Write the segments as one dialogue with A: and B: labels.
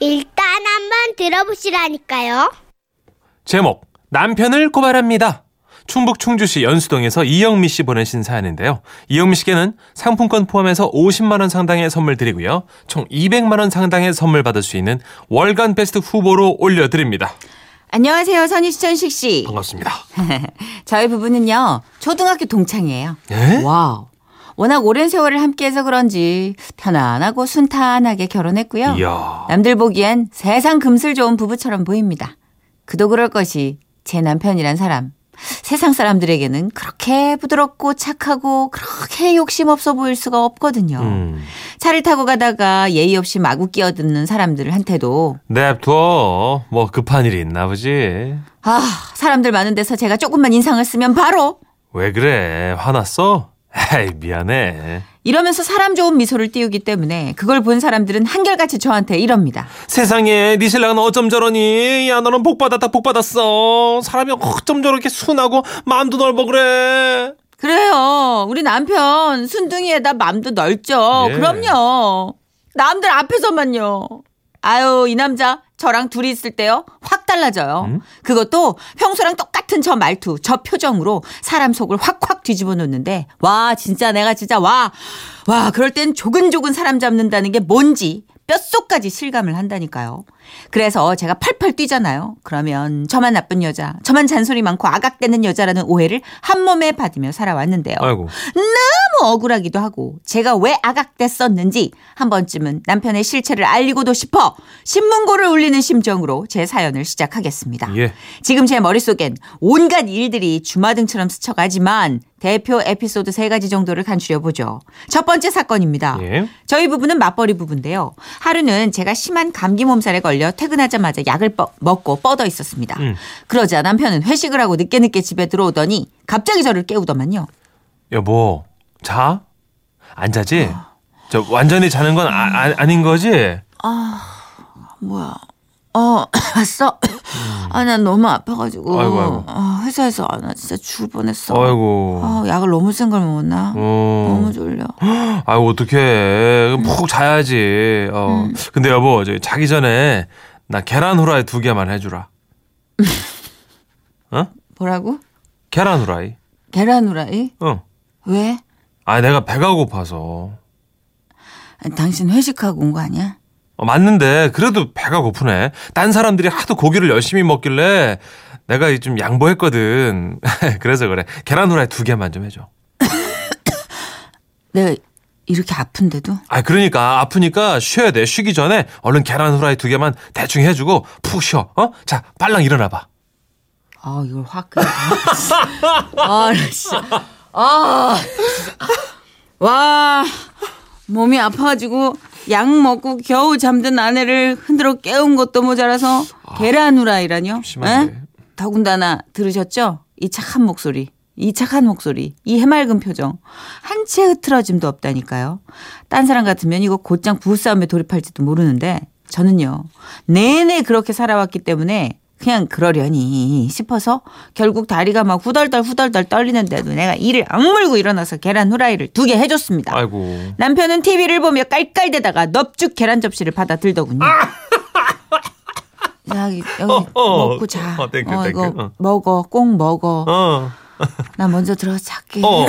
A: 일단 한번 들어보시라니까요.
B: 제목 남편을 고발합니다. 충북 충주시 연수동에서 이영미 씨 보내신 사연인데요. 이영미 씨께는 상품권 포함해서 50만 원 상당의 선물 드리고요. 총 200만 원 상당의 선물 받을 수 있는 월간 베스트 후보로 올려드립니다.
C: 안녕하세요, 선희 시천식 씨.
B: 반갑습니다.
C: 저희 부부는요, 초등학교 동창이에요.
B: 예?
C: 와우. 워낙 오랜 세월을 함께해서 그런지 편안하고 순탄하게 결혼했고요.
B: 이야.
C: 남들 보기엔 세상 금슬 좋은 부부처럼 보입니다. 그도 그럴 것이 제 남편이란 사람. 세상 사람들에게는 그렇게 부드럽고 착하고 그렇게 욕심 없어 보일 수가 없거든요.
B: 음.
C: 차를 타고 가다가 예의 없이 마구 끼어드는 사람들한테도
B: 냅둬. 뭐 급한 일이 있나 보지.
C: 아, 사람들 많은 데서 제가 조금만 인상을 쓰면 바로
B: 왜 그래? 화났어? 에이, 미안해.
C: 이러면서 사람 좋은 미소를 띄우기 때문에 그걸 본 사람들은 한결같이 저한테 이럽니다.
B: 세상에 네 신랑은 어쩜 저러니? 야 너는 복 받았다 복 받았어. 사람이 어쩜 저렇게 순하고 마음도 넓어 그래.
C: 그래요. 우리 남편 순둥이에다 맘도 넓죠.
B: 예.
C: 그럼요. 남들 앞에서만요. 아유, 이 남자 저랑 둘이 있을 때요. 확 달라져요. 그것도 평소랑 똑같은 저 말투, 저 표정으로 사람 속을 확확 뒤집어 놓는데 와, 진짜 내가 진짜 와. 와, 그럴 땐 조근조근 사람 잡는다는 게 뭔지 뼛속까지 실감을 한다니까요. 그래서 제가 팔팔 뛰잖아요. 그러면 저만 나쁜 여자, 저만 잔소리 많고 아각대는 여자라는 오해를 한 몸에 받으며 살아왔는데요.
B: 아이고.
C: 너무 억울하기도 하고 제가 왜 아각됐었는지 한 번쯤은 남편의 실체를 알리고도 싶어 신문고를 울리는 심정으로 제 사연을 시작하겠습니다.
B: 예.
C: 지금 제 머릿속엔 온갖 일들이 주마등처럼 스쳐가지만 대표 에피소드 세 가지 정도를 간추려 보죠. 첫 번째 사건입니다.
B: 예.
C: 저희 부부는 맞벌이 부부인데요. 하루는 제가 심한 감기 몸살에 걸려 퇴근하자마자 약을 뻐- 먹고 뻗어 있었습니다.
B: 음.
C: 그러자 남편은 회식을 하고 늦게 늦게 집에 들어오더니 갑자기 저를 깨우더만요.
B: 여보 자? 안 자지? 저 완전히 자는 건 아, 닌 거지?
C: 뭐야? 어, 왔어? 아, 난 너무 아파가지고.
B: 아이고, 아이고.
C: 아, 회사에서, 아, 나 진짜 죽을 뻔했어.
B: 아이고.
C: 아, 약을 너무 센 걸 먹었나?
B: 어.
C: 너무 졸려.
B: 아이고 어떡해. 푹 자야지. 어. 근데 여보 저 자기 전에 나 계란 후라이 두 개만 해주라. 어?
C: 뭐라고?
B: 계란 후라이.
C: 계란 후라이?
B: 응.
C: 왜?
B: 아 내가 배가 고파서.
C: 아니, 당신 회식하고 온 거 아니야?
B: 어, 맞는데 그래도 배가 고프네. 딴 사람들이 하도 고기를 열심히 먹길래 내가 좀 양보했거든. 그래서 그래. 계란 후라이 두 개만 좀 해줘.
C: 내가 이렇게 아픈데도?
B: 아 그러니까 아프니까 쉬어야 돼. 쉬기 전에 얼른 계란 후라이 두 개만 대충 해주고 푹 쉬어. 어? 자, 빨랑 일어나봐.
C: 아, 이걸 확 그냥. 아, 진짜. 아, 나 진짜. 아. 와. 몸이 아파가지고 약 먹고 겨우 잠든 아내를 흔들어 깨운 것도 모자라서 계란 후라이라뇨.
B: 아,
C: 예?
B: 심한데.
C: 에? 더군다나 들으셨죠? 이 착한 목소리. 이 착한 목소리, 이 해맑은 표정, 한채 흐트러짐도 없다니까요. 딴 사람 같으면 이거 곧장 부부싸움에 돌입할지도 모르는데, 저는요, 내내 그렇게 살아왔기 때문에 그냥 그러려니 싶어서 결국 다리가 막 후덜덜 후덜덜 떨리는데도 내가 이를 악물고 일어나서 계란 후라이를 두 개 해줬습니다.
B: 아이고.
C: 남편은 TV를 보며 깔깔대다가 넙죽 계란 접시를 받아 들더군요. 자, 여기 여기
B: 어, 어.
C: 먹고 자.
B: 어, 땡큐,
C: 어,
B: 땡큐.
C: 이거
B: 어.
C: 먹어, 꼭 먹어.
B: 어.
C: 나 먼저 들어서 잘게.
B: 어.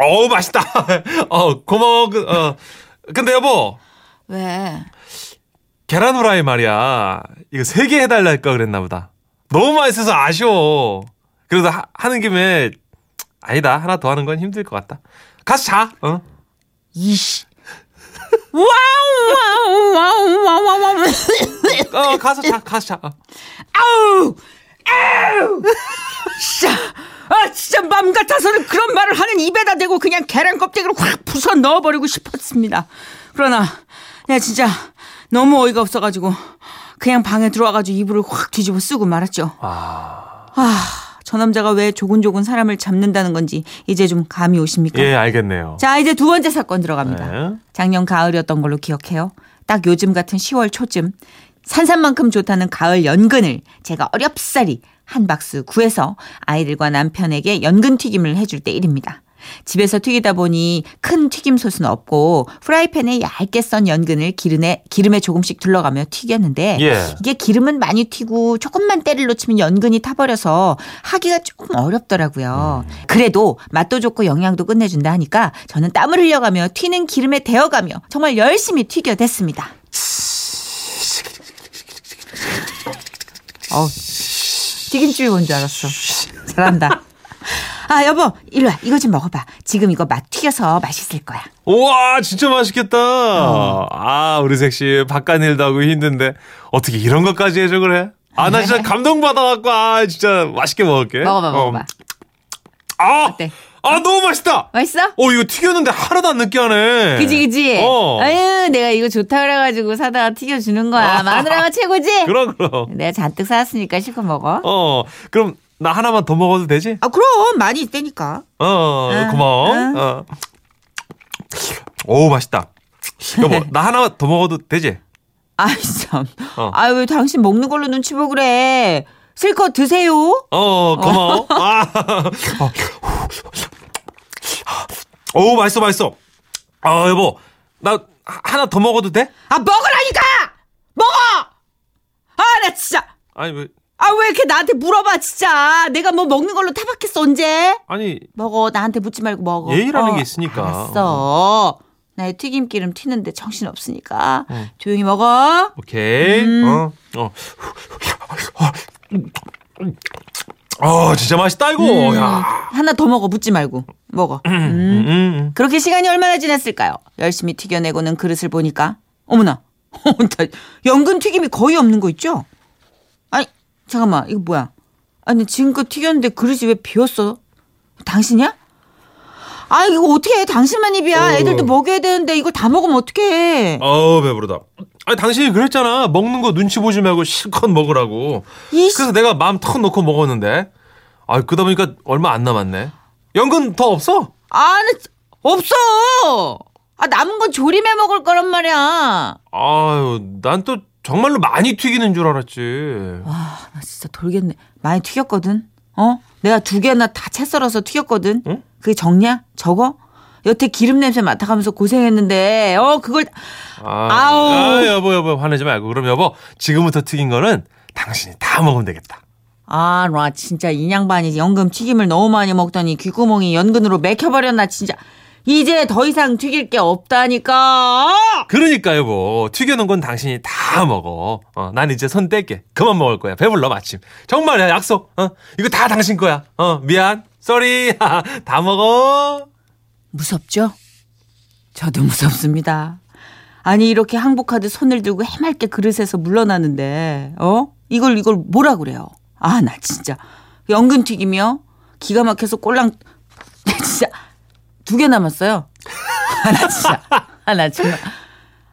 B: 어우 맛있다. 어 고마워. 그, 어. 근데 여보
C: 왜?
B: 계란 후라이 말이야. 이거 세 개 해달라 할까 그랬나 보다. 너무 맛있어서 아쉬워. 그래도 하, 하는 김에 아니다 하나 더 하는 건 힘들 것 같다. 가서 자. 어?
C: 이씨. 와우 와우 와우 와우 와우 와우.
B: 어 가서 자 가서 자. 어.
C: 아우! 아우! 진짜. 아, 진짜 맘 같아서는 그런 말을 하는 입에다 대고 그냥 계란 껍데기로 확 부숴 넣어버리고 싶었습니다. 그러나, 내가 진짜 너무 어이가 없어가지고, 그냥 방에 들어와가지고 이불을 확 뒤집어 쓰고 말았죠. 아, 저 남자가 왜 조곤조곤 사람을 잡는다는 건지 이제 좀 감이 오십니까?
B: 예 알겠네요.
C: 자, 이제 두 번째 사건 들어갑니다.
B: 네.
C: 작년 가을이었던 걸로 기억해요. 딱 요즘 같은 10월 초쯤 산산만큼 좋다는 가을 연근을 제가 어렵사리 한 박스 구해서 아이들과 남편에게 연근 튀김을 해줄 때 일입니다. 집에서 튀기다 보니 큰 튀김솥은 없고 프라이팬에 얇게 썬 연근을 기름에 기름에 조금씩 둘러가며 튀겼는데
B: 예.
C: 이게 기름은 많이 튀고 조금만 때를 놓치면 연근이 타버려서 하기가 조금 어렵더라고요.
B: 음.
C: 그래도 맛도 좋고 영양도 끝내준다 하니까 저는 땀을 흘려가며 튀는 기름에 데워가며 정말 열심히 튀겨댔습니다. 어, 튀김집이 뭔 줄 알았어. 잘한다. 아 여보 일로 와 이거 좀 먹어봐 지금 이거 맛 튀겨서 맛있을 거야
B: 우와, 진짜 맛있겠다. 아, 우리 섹시 바깥 일도 하고 힘든데 어떻게 이런 것까지 해줘 그래? 아, 나 진짜 감동 받아갖고 아, 진짜 맛있게 먹을게.
C: 네. 먹어봐
B: 어.
C: 먹어봐
B: 아,
C: 어때?
B: 아, 너무 맛있다.
C: 맛있어?
B: 어, 이거 튀겼는데 하나도 안 느끼하네.
C: 그지 그지
B: 어.
C: 아유 내가 이거 좋다 그래가지고 사다가 튀겨주는 거야
B: 아.
C: 마누라가 최고지
B: 그럼 그럼.
C: 내가 잔뜩 사왔으니까 실컷 먹어
B: 어, 그럼 나 하나만 더 먹어도 되지?
C: 아 그럼 많이 있다니까
B: 어,
C: 아,
B: 고마워. 어. 오, 맛있다. 여보, 나 하나만 더 먹어도 되지?
C: 아이 참
B: 어.
C: 아유 왜 당신 먹는 걸로 눈치 보고 그래 실컷 드세요
B: 어, 고마워. 아, 어. 오, 맛있어, 맛있어. 아, 여보, 나 하- 하나 더 먹어도 돼?
C: 아 먹으라니까 먹어 아 나 진짜
B: 아니, 왜,
C: 아 왜 이렇게 나한테 물어봐 진짜 내가 뭐 먹는 걸로 타박했어 언제
B: 아니,
C: 먹어 나한테 묻지 말고 먹어
B: 예의라는
C: 어,
B: 게 있으니까. 음.
C: 알았어 나의 튀김기름 튀는데 정신 없으니까 조용히 먹어
B: 오케이.
C: 음.
B: 어, 어. 아, 진짜 맛있다, 이거.
C: 음.
B: 야.
C: 하나 더 먹어 묻지 말고 먹어
B: 음, 음.
C: 그렇게 시간이 얼마나 지났을까요 열심히 튀겨내고는 그릇을 보니까 어머나 나 연근 튀김이 거의 없는 거 있죠 아니 잠깐만 이거 뭐야 아니 지금껏 튀겼는데 그릇이 왜 비었어 당신이야? 아 이거 어떻게 해 당신만 입이야
B: 어.
C: 애들도 먹여야 되는데 이걸 다 먹으면 어떡해
B: 어우 배부르다. 아니 당신이 그랬잖아. 먹는 거 눈치 보지 말고 실컷 먹으라고.
C: 이씨.
B: 그래서 내가 마음 턱 놓고 먹었는데. 아 그러다 보니까 얼마 안 남았네. 연근 더 없어?
C: 아, 나 지- 없어. 아, 남은 건 조림해 먹을 거란 말이야.
B: 아유 난 또 정말로 많이 튀기는 줄 알았지.
C: 아, 나 진짜 돌겠네. 많이 튀겼거든. 어? 내가 두 개나 다 채 썰어서 튀겼거든.
B: 응?
C: 그게 적냐? 적어? 여태 기름 냄새 맡아가면서 고생했는데, 어, 그걸,
B: 아,
C: 아우.
B: 아, 여보 여보 화내지 말고 그럼 여보 지금부터 튀긴 거는 당신이 다 먹으면 되겠다.
C: 아, 나 진짜 인양반이 연금 튀김을 너무 많이 먹더니 귓구멍이 연근으로 맥혀버렸나, 진짜. 이제 더 이상 튀길 게 없다니까!
B: 그러니까 여보 튀겨놓은 건 당신이 다 먹어. 어, 난 이제 손 뗄게. 그만 먹을 거야. 배불러 마침. 정말야 약속. 어, 이거 다 당신 거야. 어, 미안. 쏘리. 다 먹어.
C: 무섭죠? 저도 무섭습니다. 아니 이렇게 항복하듯 손을 들고 해맑게 그릇에서 물러나는데 어? 이걸 이걸 뭐라 그래요? 아 나 진짜 연근 튀김이요? 기가 막혀서 꼴랑 진짜 두 개 남았어요. 아, 하나 진짜 아, 하나 정말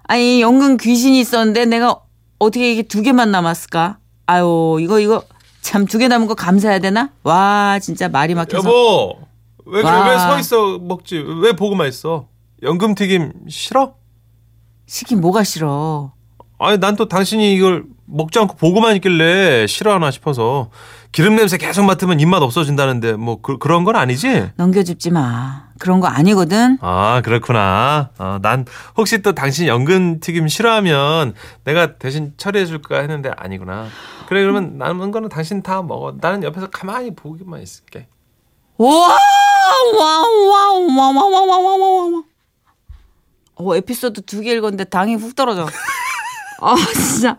C: 아니 연근 귀신이 있었는데 내가 어떻게 이게 두 개만 남았을까? 아유 이거 이거 참 두 개 남은 거 감사해야 되나? 와 진짜 말이 막혀서
B: 여보 왜
C: 와.
B: 왜서 있어 먹지? 왜 보고만 있어? 연금 튀김 싫어?
C: 시긴 뭐가 싫어?
B: 아니 난 또 당신이 이걸 먹지 않고 보고만 있길래 싫어하나 싶어서 기름 냄새 계속 맡으면 입맛 없어진다는데 뭐 그, 그런 건 아니지?
C: 넘겨줍지 마. 그런 거 아니거든.
B: 아, 그렇구나. 어, 난 혹시 또 당신 연근 튀김 싫어하면 내가 대신 처리해 줄까 했는데 아니구나. 그래 그러면 남은 거는 당신 다 먹어. 나는 옆에서 가만히 보기만 있을게.
C: 와우! 와우! 와우! 와우! 와우! 와우! 와우! 와우! 와우! 어, 에피소드 두 개 읽었는데 당이 훅 떨어져. 아, 진짜.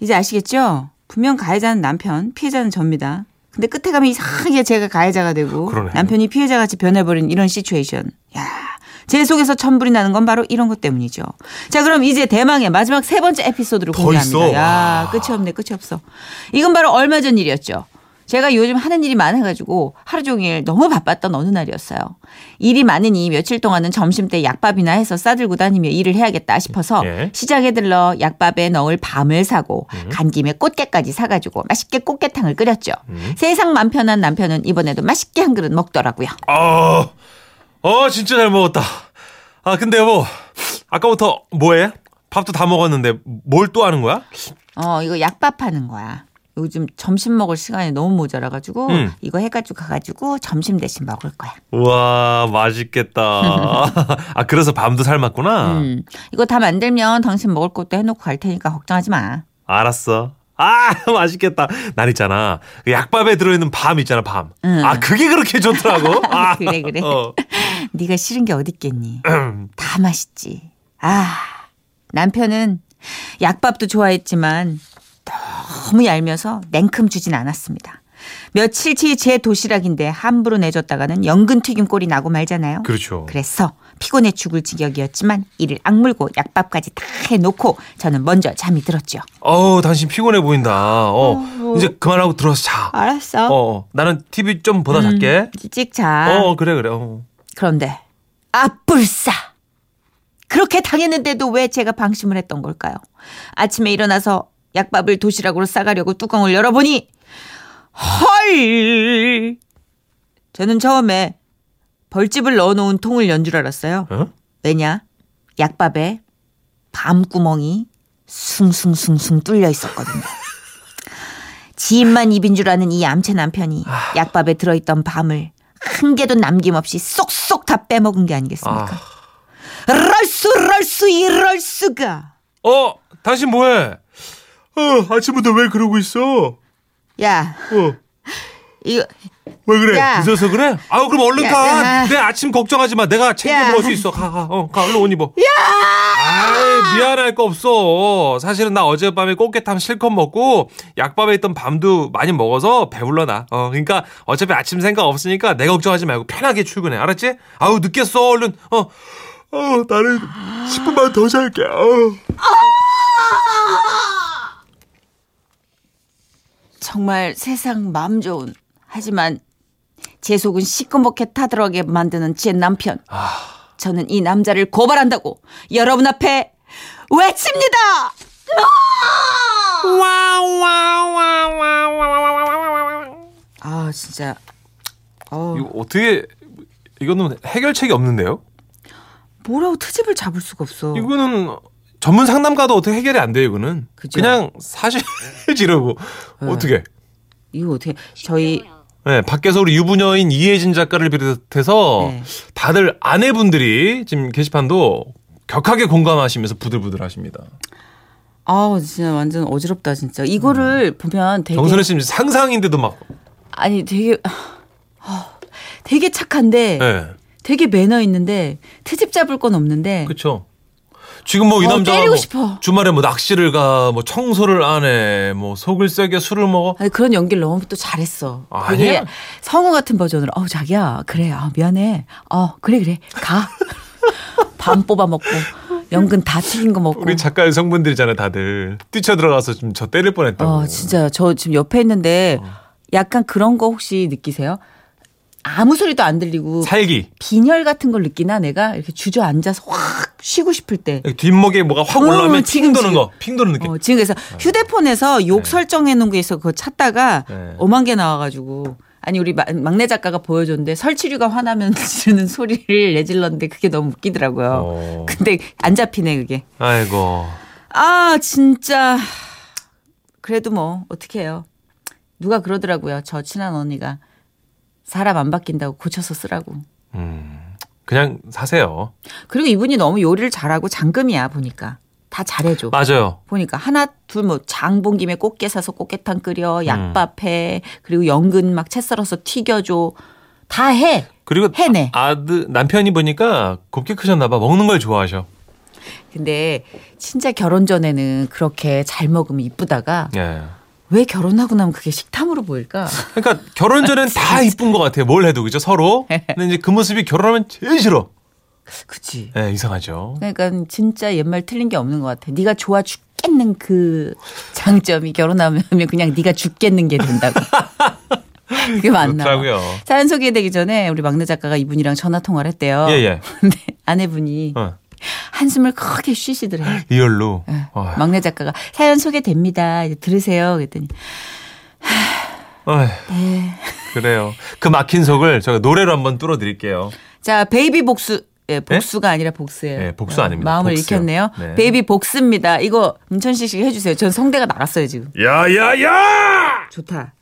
C: 이제 아시겠죠? 분명 가해자는 남편, 피해자는 접니다. 근데 끝에 가면 이상하게 제가 가해자가 되고
B: 그러네.
C: 남편이 피해자같이 변해버린 이런 시츄에이션. 야, 제 속에서 천불이 나는 건 바로 이런 것 때문이죠. 자, 그럼 이제 대망의 마지막 세 번째 에피소드로
B: 더
C: 공개합니다.
B: 있어? 아.
C: 야, 끝이 없네, 끝이 없어. 이건 바로 얼마 전 일이었죠. 제가 요즘 하는 일이 많아가지고 하루 종일 너무 바빴던 어느 날이었어요. 일이 많으니 며칠 동안은 점심 때 약밥이나 해서 싸들고 다니며 일을 해야겠다 싶어서
B: 예. 음.
C: 시장에 들러 약밥에 넣을 밤을 사고 간 김에 꽃게까지 사가지고 맛있게 꽃게탕을 끓였죠.
B: 음.
C: 세상 맘 편한 남편은 이번에도 맛있게 한 그릇 먹더라고요.
B: 어, 어 진짜 잘 먹었다. 아 근데 여보 아까부터 뭐해? 밥도 다 먹었는데 뭘 또 하는 거야?
C: 어, 이거 약밥 하는 거야. 요즘 점심 먹을 시간이 너무 모자라가지고
B: 음.
C: 이거 해가지고 가가지고 점심 대신 먹을 거야.
B: 우와, 맛있겠다. 아, 그래서 밤도 삶았구나.
C: 음. 이거 다 만들면 당신 먹을 것도 해놓고 갈 테니까 걱정하지 마.
B: 알았어. 아, 맛있겠다. 난 있잖아. 그 약밥에 들어있는 밤 있잖아, 밤.
C: 응.
B: 아, 그게 그렇게 좋더라고. 아,
C: 그래, 그래.
B: 어.
C: 네가 싫은 게 어딨겠니? 다 맛있지. 아 남편은 약밥도 좋아했지만 너무 얄면서 냉큼 주진 않았습니다. 며칠치 제 도시락인데 함부로 내줬다가는 연근 튀김 꼴이 나고 말잖아요.
B: 그렇죠.
C: 그래서 피곤해 죽을 지경이었지만 이를 악물고 약밥까지 다 해놓고 저는 먼저 잠이 들었죠.
B: 어우, 당신 피곤해 보인다. 어, 이제 그만하고 들어서 자.
C: 알았어. 음. 아.
B: 어, 어. 나는 TV 좀 보다 잘게.
C: 일찍 자.
B: 어, 그래, 그래. 어.
C: 그런데 아뿔싸 그렇게 당했는데도 왜 제가 방심을 했던 걸까요? 아침에 일어나서 약밥을 도시락으로 싸가려고 뚜껑을 열어보니 헐 저는 처음에 벌집을 넣어놓은 통을 연 줄 알았어요.
B: 어?
C: 왜냐 약밥에 밤구멍이 숭숭숭숭 뚫려 있었거든요. 지인만 입인 줄 아는 이 암체 남편이 약밥에 들어있던 밤을 한 개도 남김없이 쏙쏙 다 빼먹은 게 아니겠습니까?
B: 아.
C: 럴수 럴수 이럴 수가
B: 어, 당신 뭐해? 어, 아침부터 왜 그러고 있어?
C: 야
B: 어.
C: 이거
B: 왜 그래?
C: 야.
B: 늦어서 그래? 아우 그럼 얼른
C: 야,
B: 가.
C: 야.
B: 내 아침 걱정하지 마. 내가
C: 야.
B: 챙겨 먹을 수 있어. 가, 가, 어, 가 얼른 옷 입어. 아이 미안할 거 없어. 사실은 나 어젯밤에 꽃게탕 실컷 먹고 약밥에 있던 밤도 많이 먹어서 배불러 나. 어, 그러니까 어차피 아침 생각 없으니까 내 걱정하지 말고 편하게 출근해. 알았지? 아우 늦겠어. 얼른. 어, 어 나는 10분만 더 잘게. 어.
C: 정말 세상 맘 좋은 하지만 제 속은 시꺼멓게 타들어게 만드는 제 남편.
B: 아.
C: 저는 이 남자를 고발한다고 여러분 앞에 외칩니다. 아 진짜 어,
B: 이거 어떻게 이거는 해결책이 없는데요?
C: 뭐라고 트집을 잡을 수가 없어.
B: 이거는 전문 상담가도 어떻게 해결이 안 돼요, 이거는.
C: 그죠. 네.
B: 그냥 사실 지르고 어떻게?
C: 이거 어떻게 저희
B: 네, 밖에서 우리 유부녀인 이혜진 작가를 비롯해서
C: 네.
B: 다들 아내분들이 지금 게시판도 격하게 공감하시면서 부들부들 하십니다.
C: 아 진짜 완전 어지럽다 진짜 이거를 보면 되게
B: 음. 정선혜 씨는 상상인데도 막,
C: 아니 되게 아, 되게 착한데
B: 예.
C: 되게 매너 있는데 트집 잡을 건 없는데
B: 그쵸. 지금 뭐 이
C: 어,
B: 남자가
C: 때리고
B: 뭐
C: 싶어.
B: 주말에 뭐 낚시를 가, 뭐 청소를 안 해, 뭐 속을 세게 술을 먹어.
C: 아니, 그런 연기를 너무 또 잘했어.
B: 아니야.
C: 되게 성우 같은 버전으로 어 자기야 그래 아 미안해 어 그래 그래 가밤 뽑아 먹고 연근 다 튀긴 거 먹고
B: 우리 작가 여성분들이잖아요, 다들. 뛰쳐 들어가서 좀 저 때릴 뻔했다고.
C: 어 진짜 저 지금 옆에 있는데
B: 어.
C: 약간 그런 거 혹시 느끼세요? 아무 소리도 안 들리고
B: 살기.
C: 빈혈 같은 걸 느끼나 내가 이렇게 주저앉아서 확 쉬고 싶을 때
B: 이렇게 뒷목에 뭐가 확
C: 어,
B: 올라오면 핑
C: 지금,
B: 도는
C: 지금.
B: 거, 핑 도는 느낌.
C: 어, 지금 그래서 휴대폰에서 욕 설정해 놓은 게 있어 그거 찾다가
B: 네.
C: 엄한 게 나와가지고 아니 우리 마- 막내 작가가 보여줬는데 설치류가 화나면 지르는 소리를 내질렀는데 그게 너무 웃기더라고요.
B: 어.
C: 근데 안 잡히네 그게.
B: 아이고.
C: 아 진짜 그래도 뭐 어떻게 해요. 누가 그러더라고요. 저 친한 언니가 사람 안 바뀐다고 고쳐서 쓰라고.
B: 음. 그냥 사세요.
C: 그리고 이분이 너무 요리를 잘하고 장금이야 보니까 다 잘해줘.
B: 맞아요.
C: 보니까 하나 둘 뭐 장 본 김에 꽃게 사서 꽃게탕
B: 음.
C: 끓여 약밥해 그리고 연근 막 채 썰어서 튀겨줘 다 해
B: 그리고
C: 해내.
B: 아- 아드 남편이 보니까 곱게 크셨나 봐. 먹는 걸 좋아하셔.
C: 근데 진짜 결혼 전에는 그렇게 잘 먹으면 이쁘다가
B: 예.
C: 왜 결혼하고 나면 그게 식탐으로 보일까
B: 그러니까 결혼 전엔 다 이쁜 것 같아요. 뭘 해도 그죠 서로. 근데 이제 그 모습이 결혼하면 제일 싫어.
C: 그치
B: 예, 이상하죠.
C: 그러니까 진짜 옛말 틀린 게 없는 것 같아 네가 좋아 죽겠는 그 장점이 결혼하면 그냥 네가 죽겠는 게 된다고 그게 맞나 봐.
B: 그렇더라고요.
C: 사연 소개되기 전에 우리 막내 작가가 이분이랑 전화 통화를 했대요
B: 예, 예.
C: 근데 아내분이
B: 어.
C: 한숨을 크게 쉬시더래요.
B: 리얼로.
C: 예.
B: 어휴.
C: 막내 작가가 사연 소개됩니다. 이제 들으세요. 그랬더니
B: 어휴.
C: 네.
B: 그래요. 그 막힌 속을 제가 노래로 한번 뚫어드릴게요.
C: 자 베이비 복수 예, 복수가 아니라 복수예요.
B: 예, 네? 복수 아닙니다.
C: 마음을
B: 복수요.
C: 읽혔네요.
B: 네.
C: 베이비 복수입니다. 이거 문천식 씨 해주세요. 전 성대가 나갔어요 지금.
B: 야야야!
C: 좋다.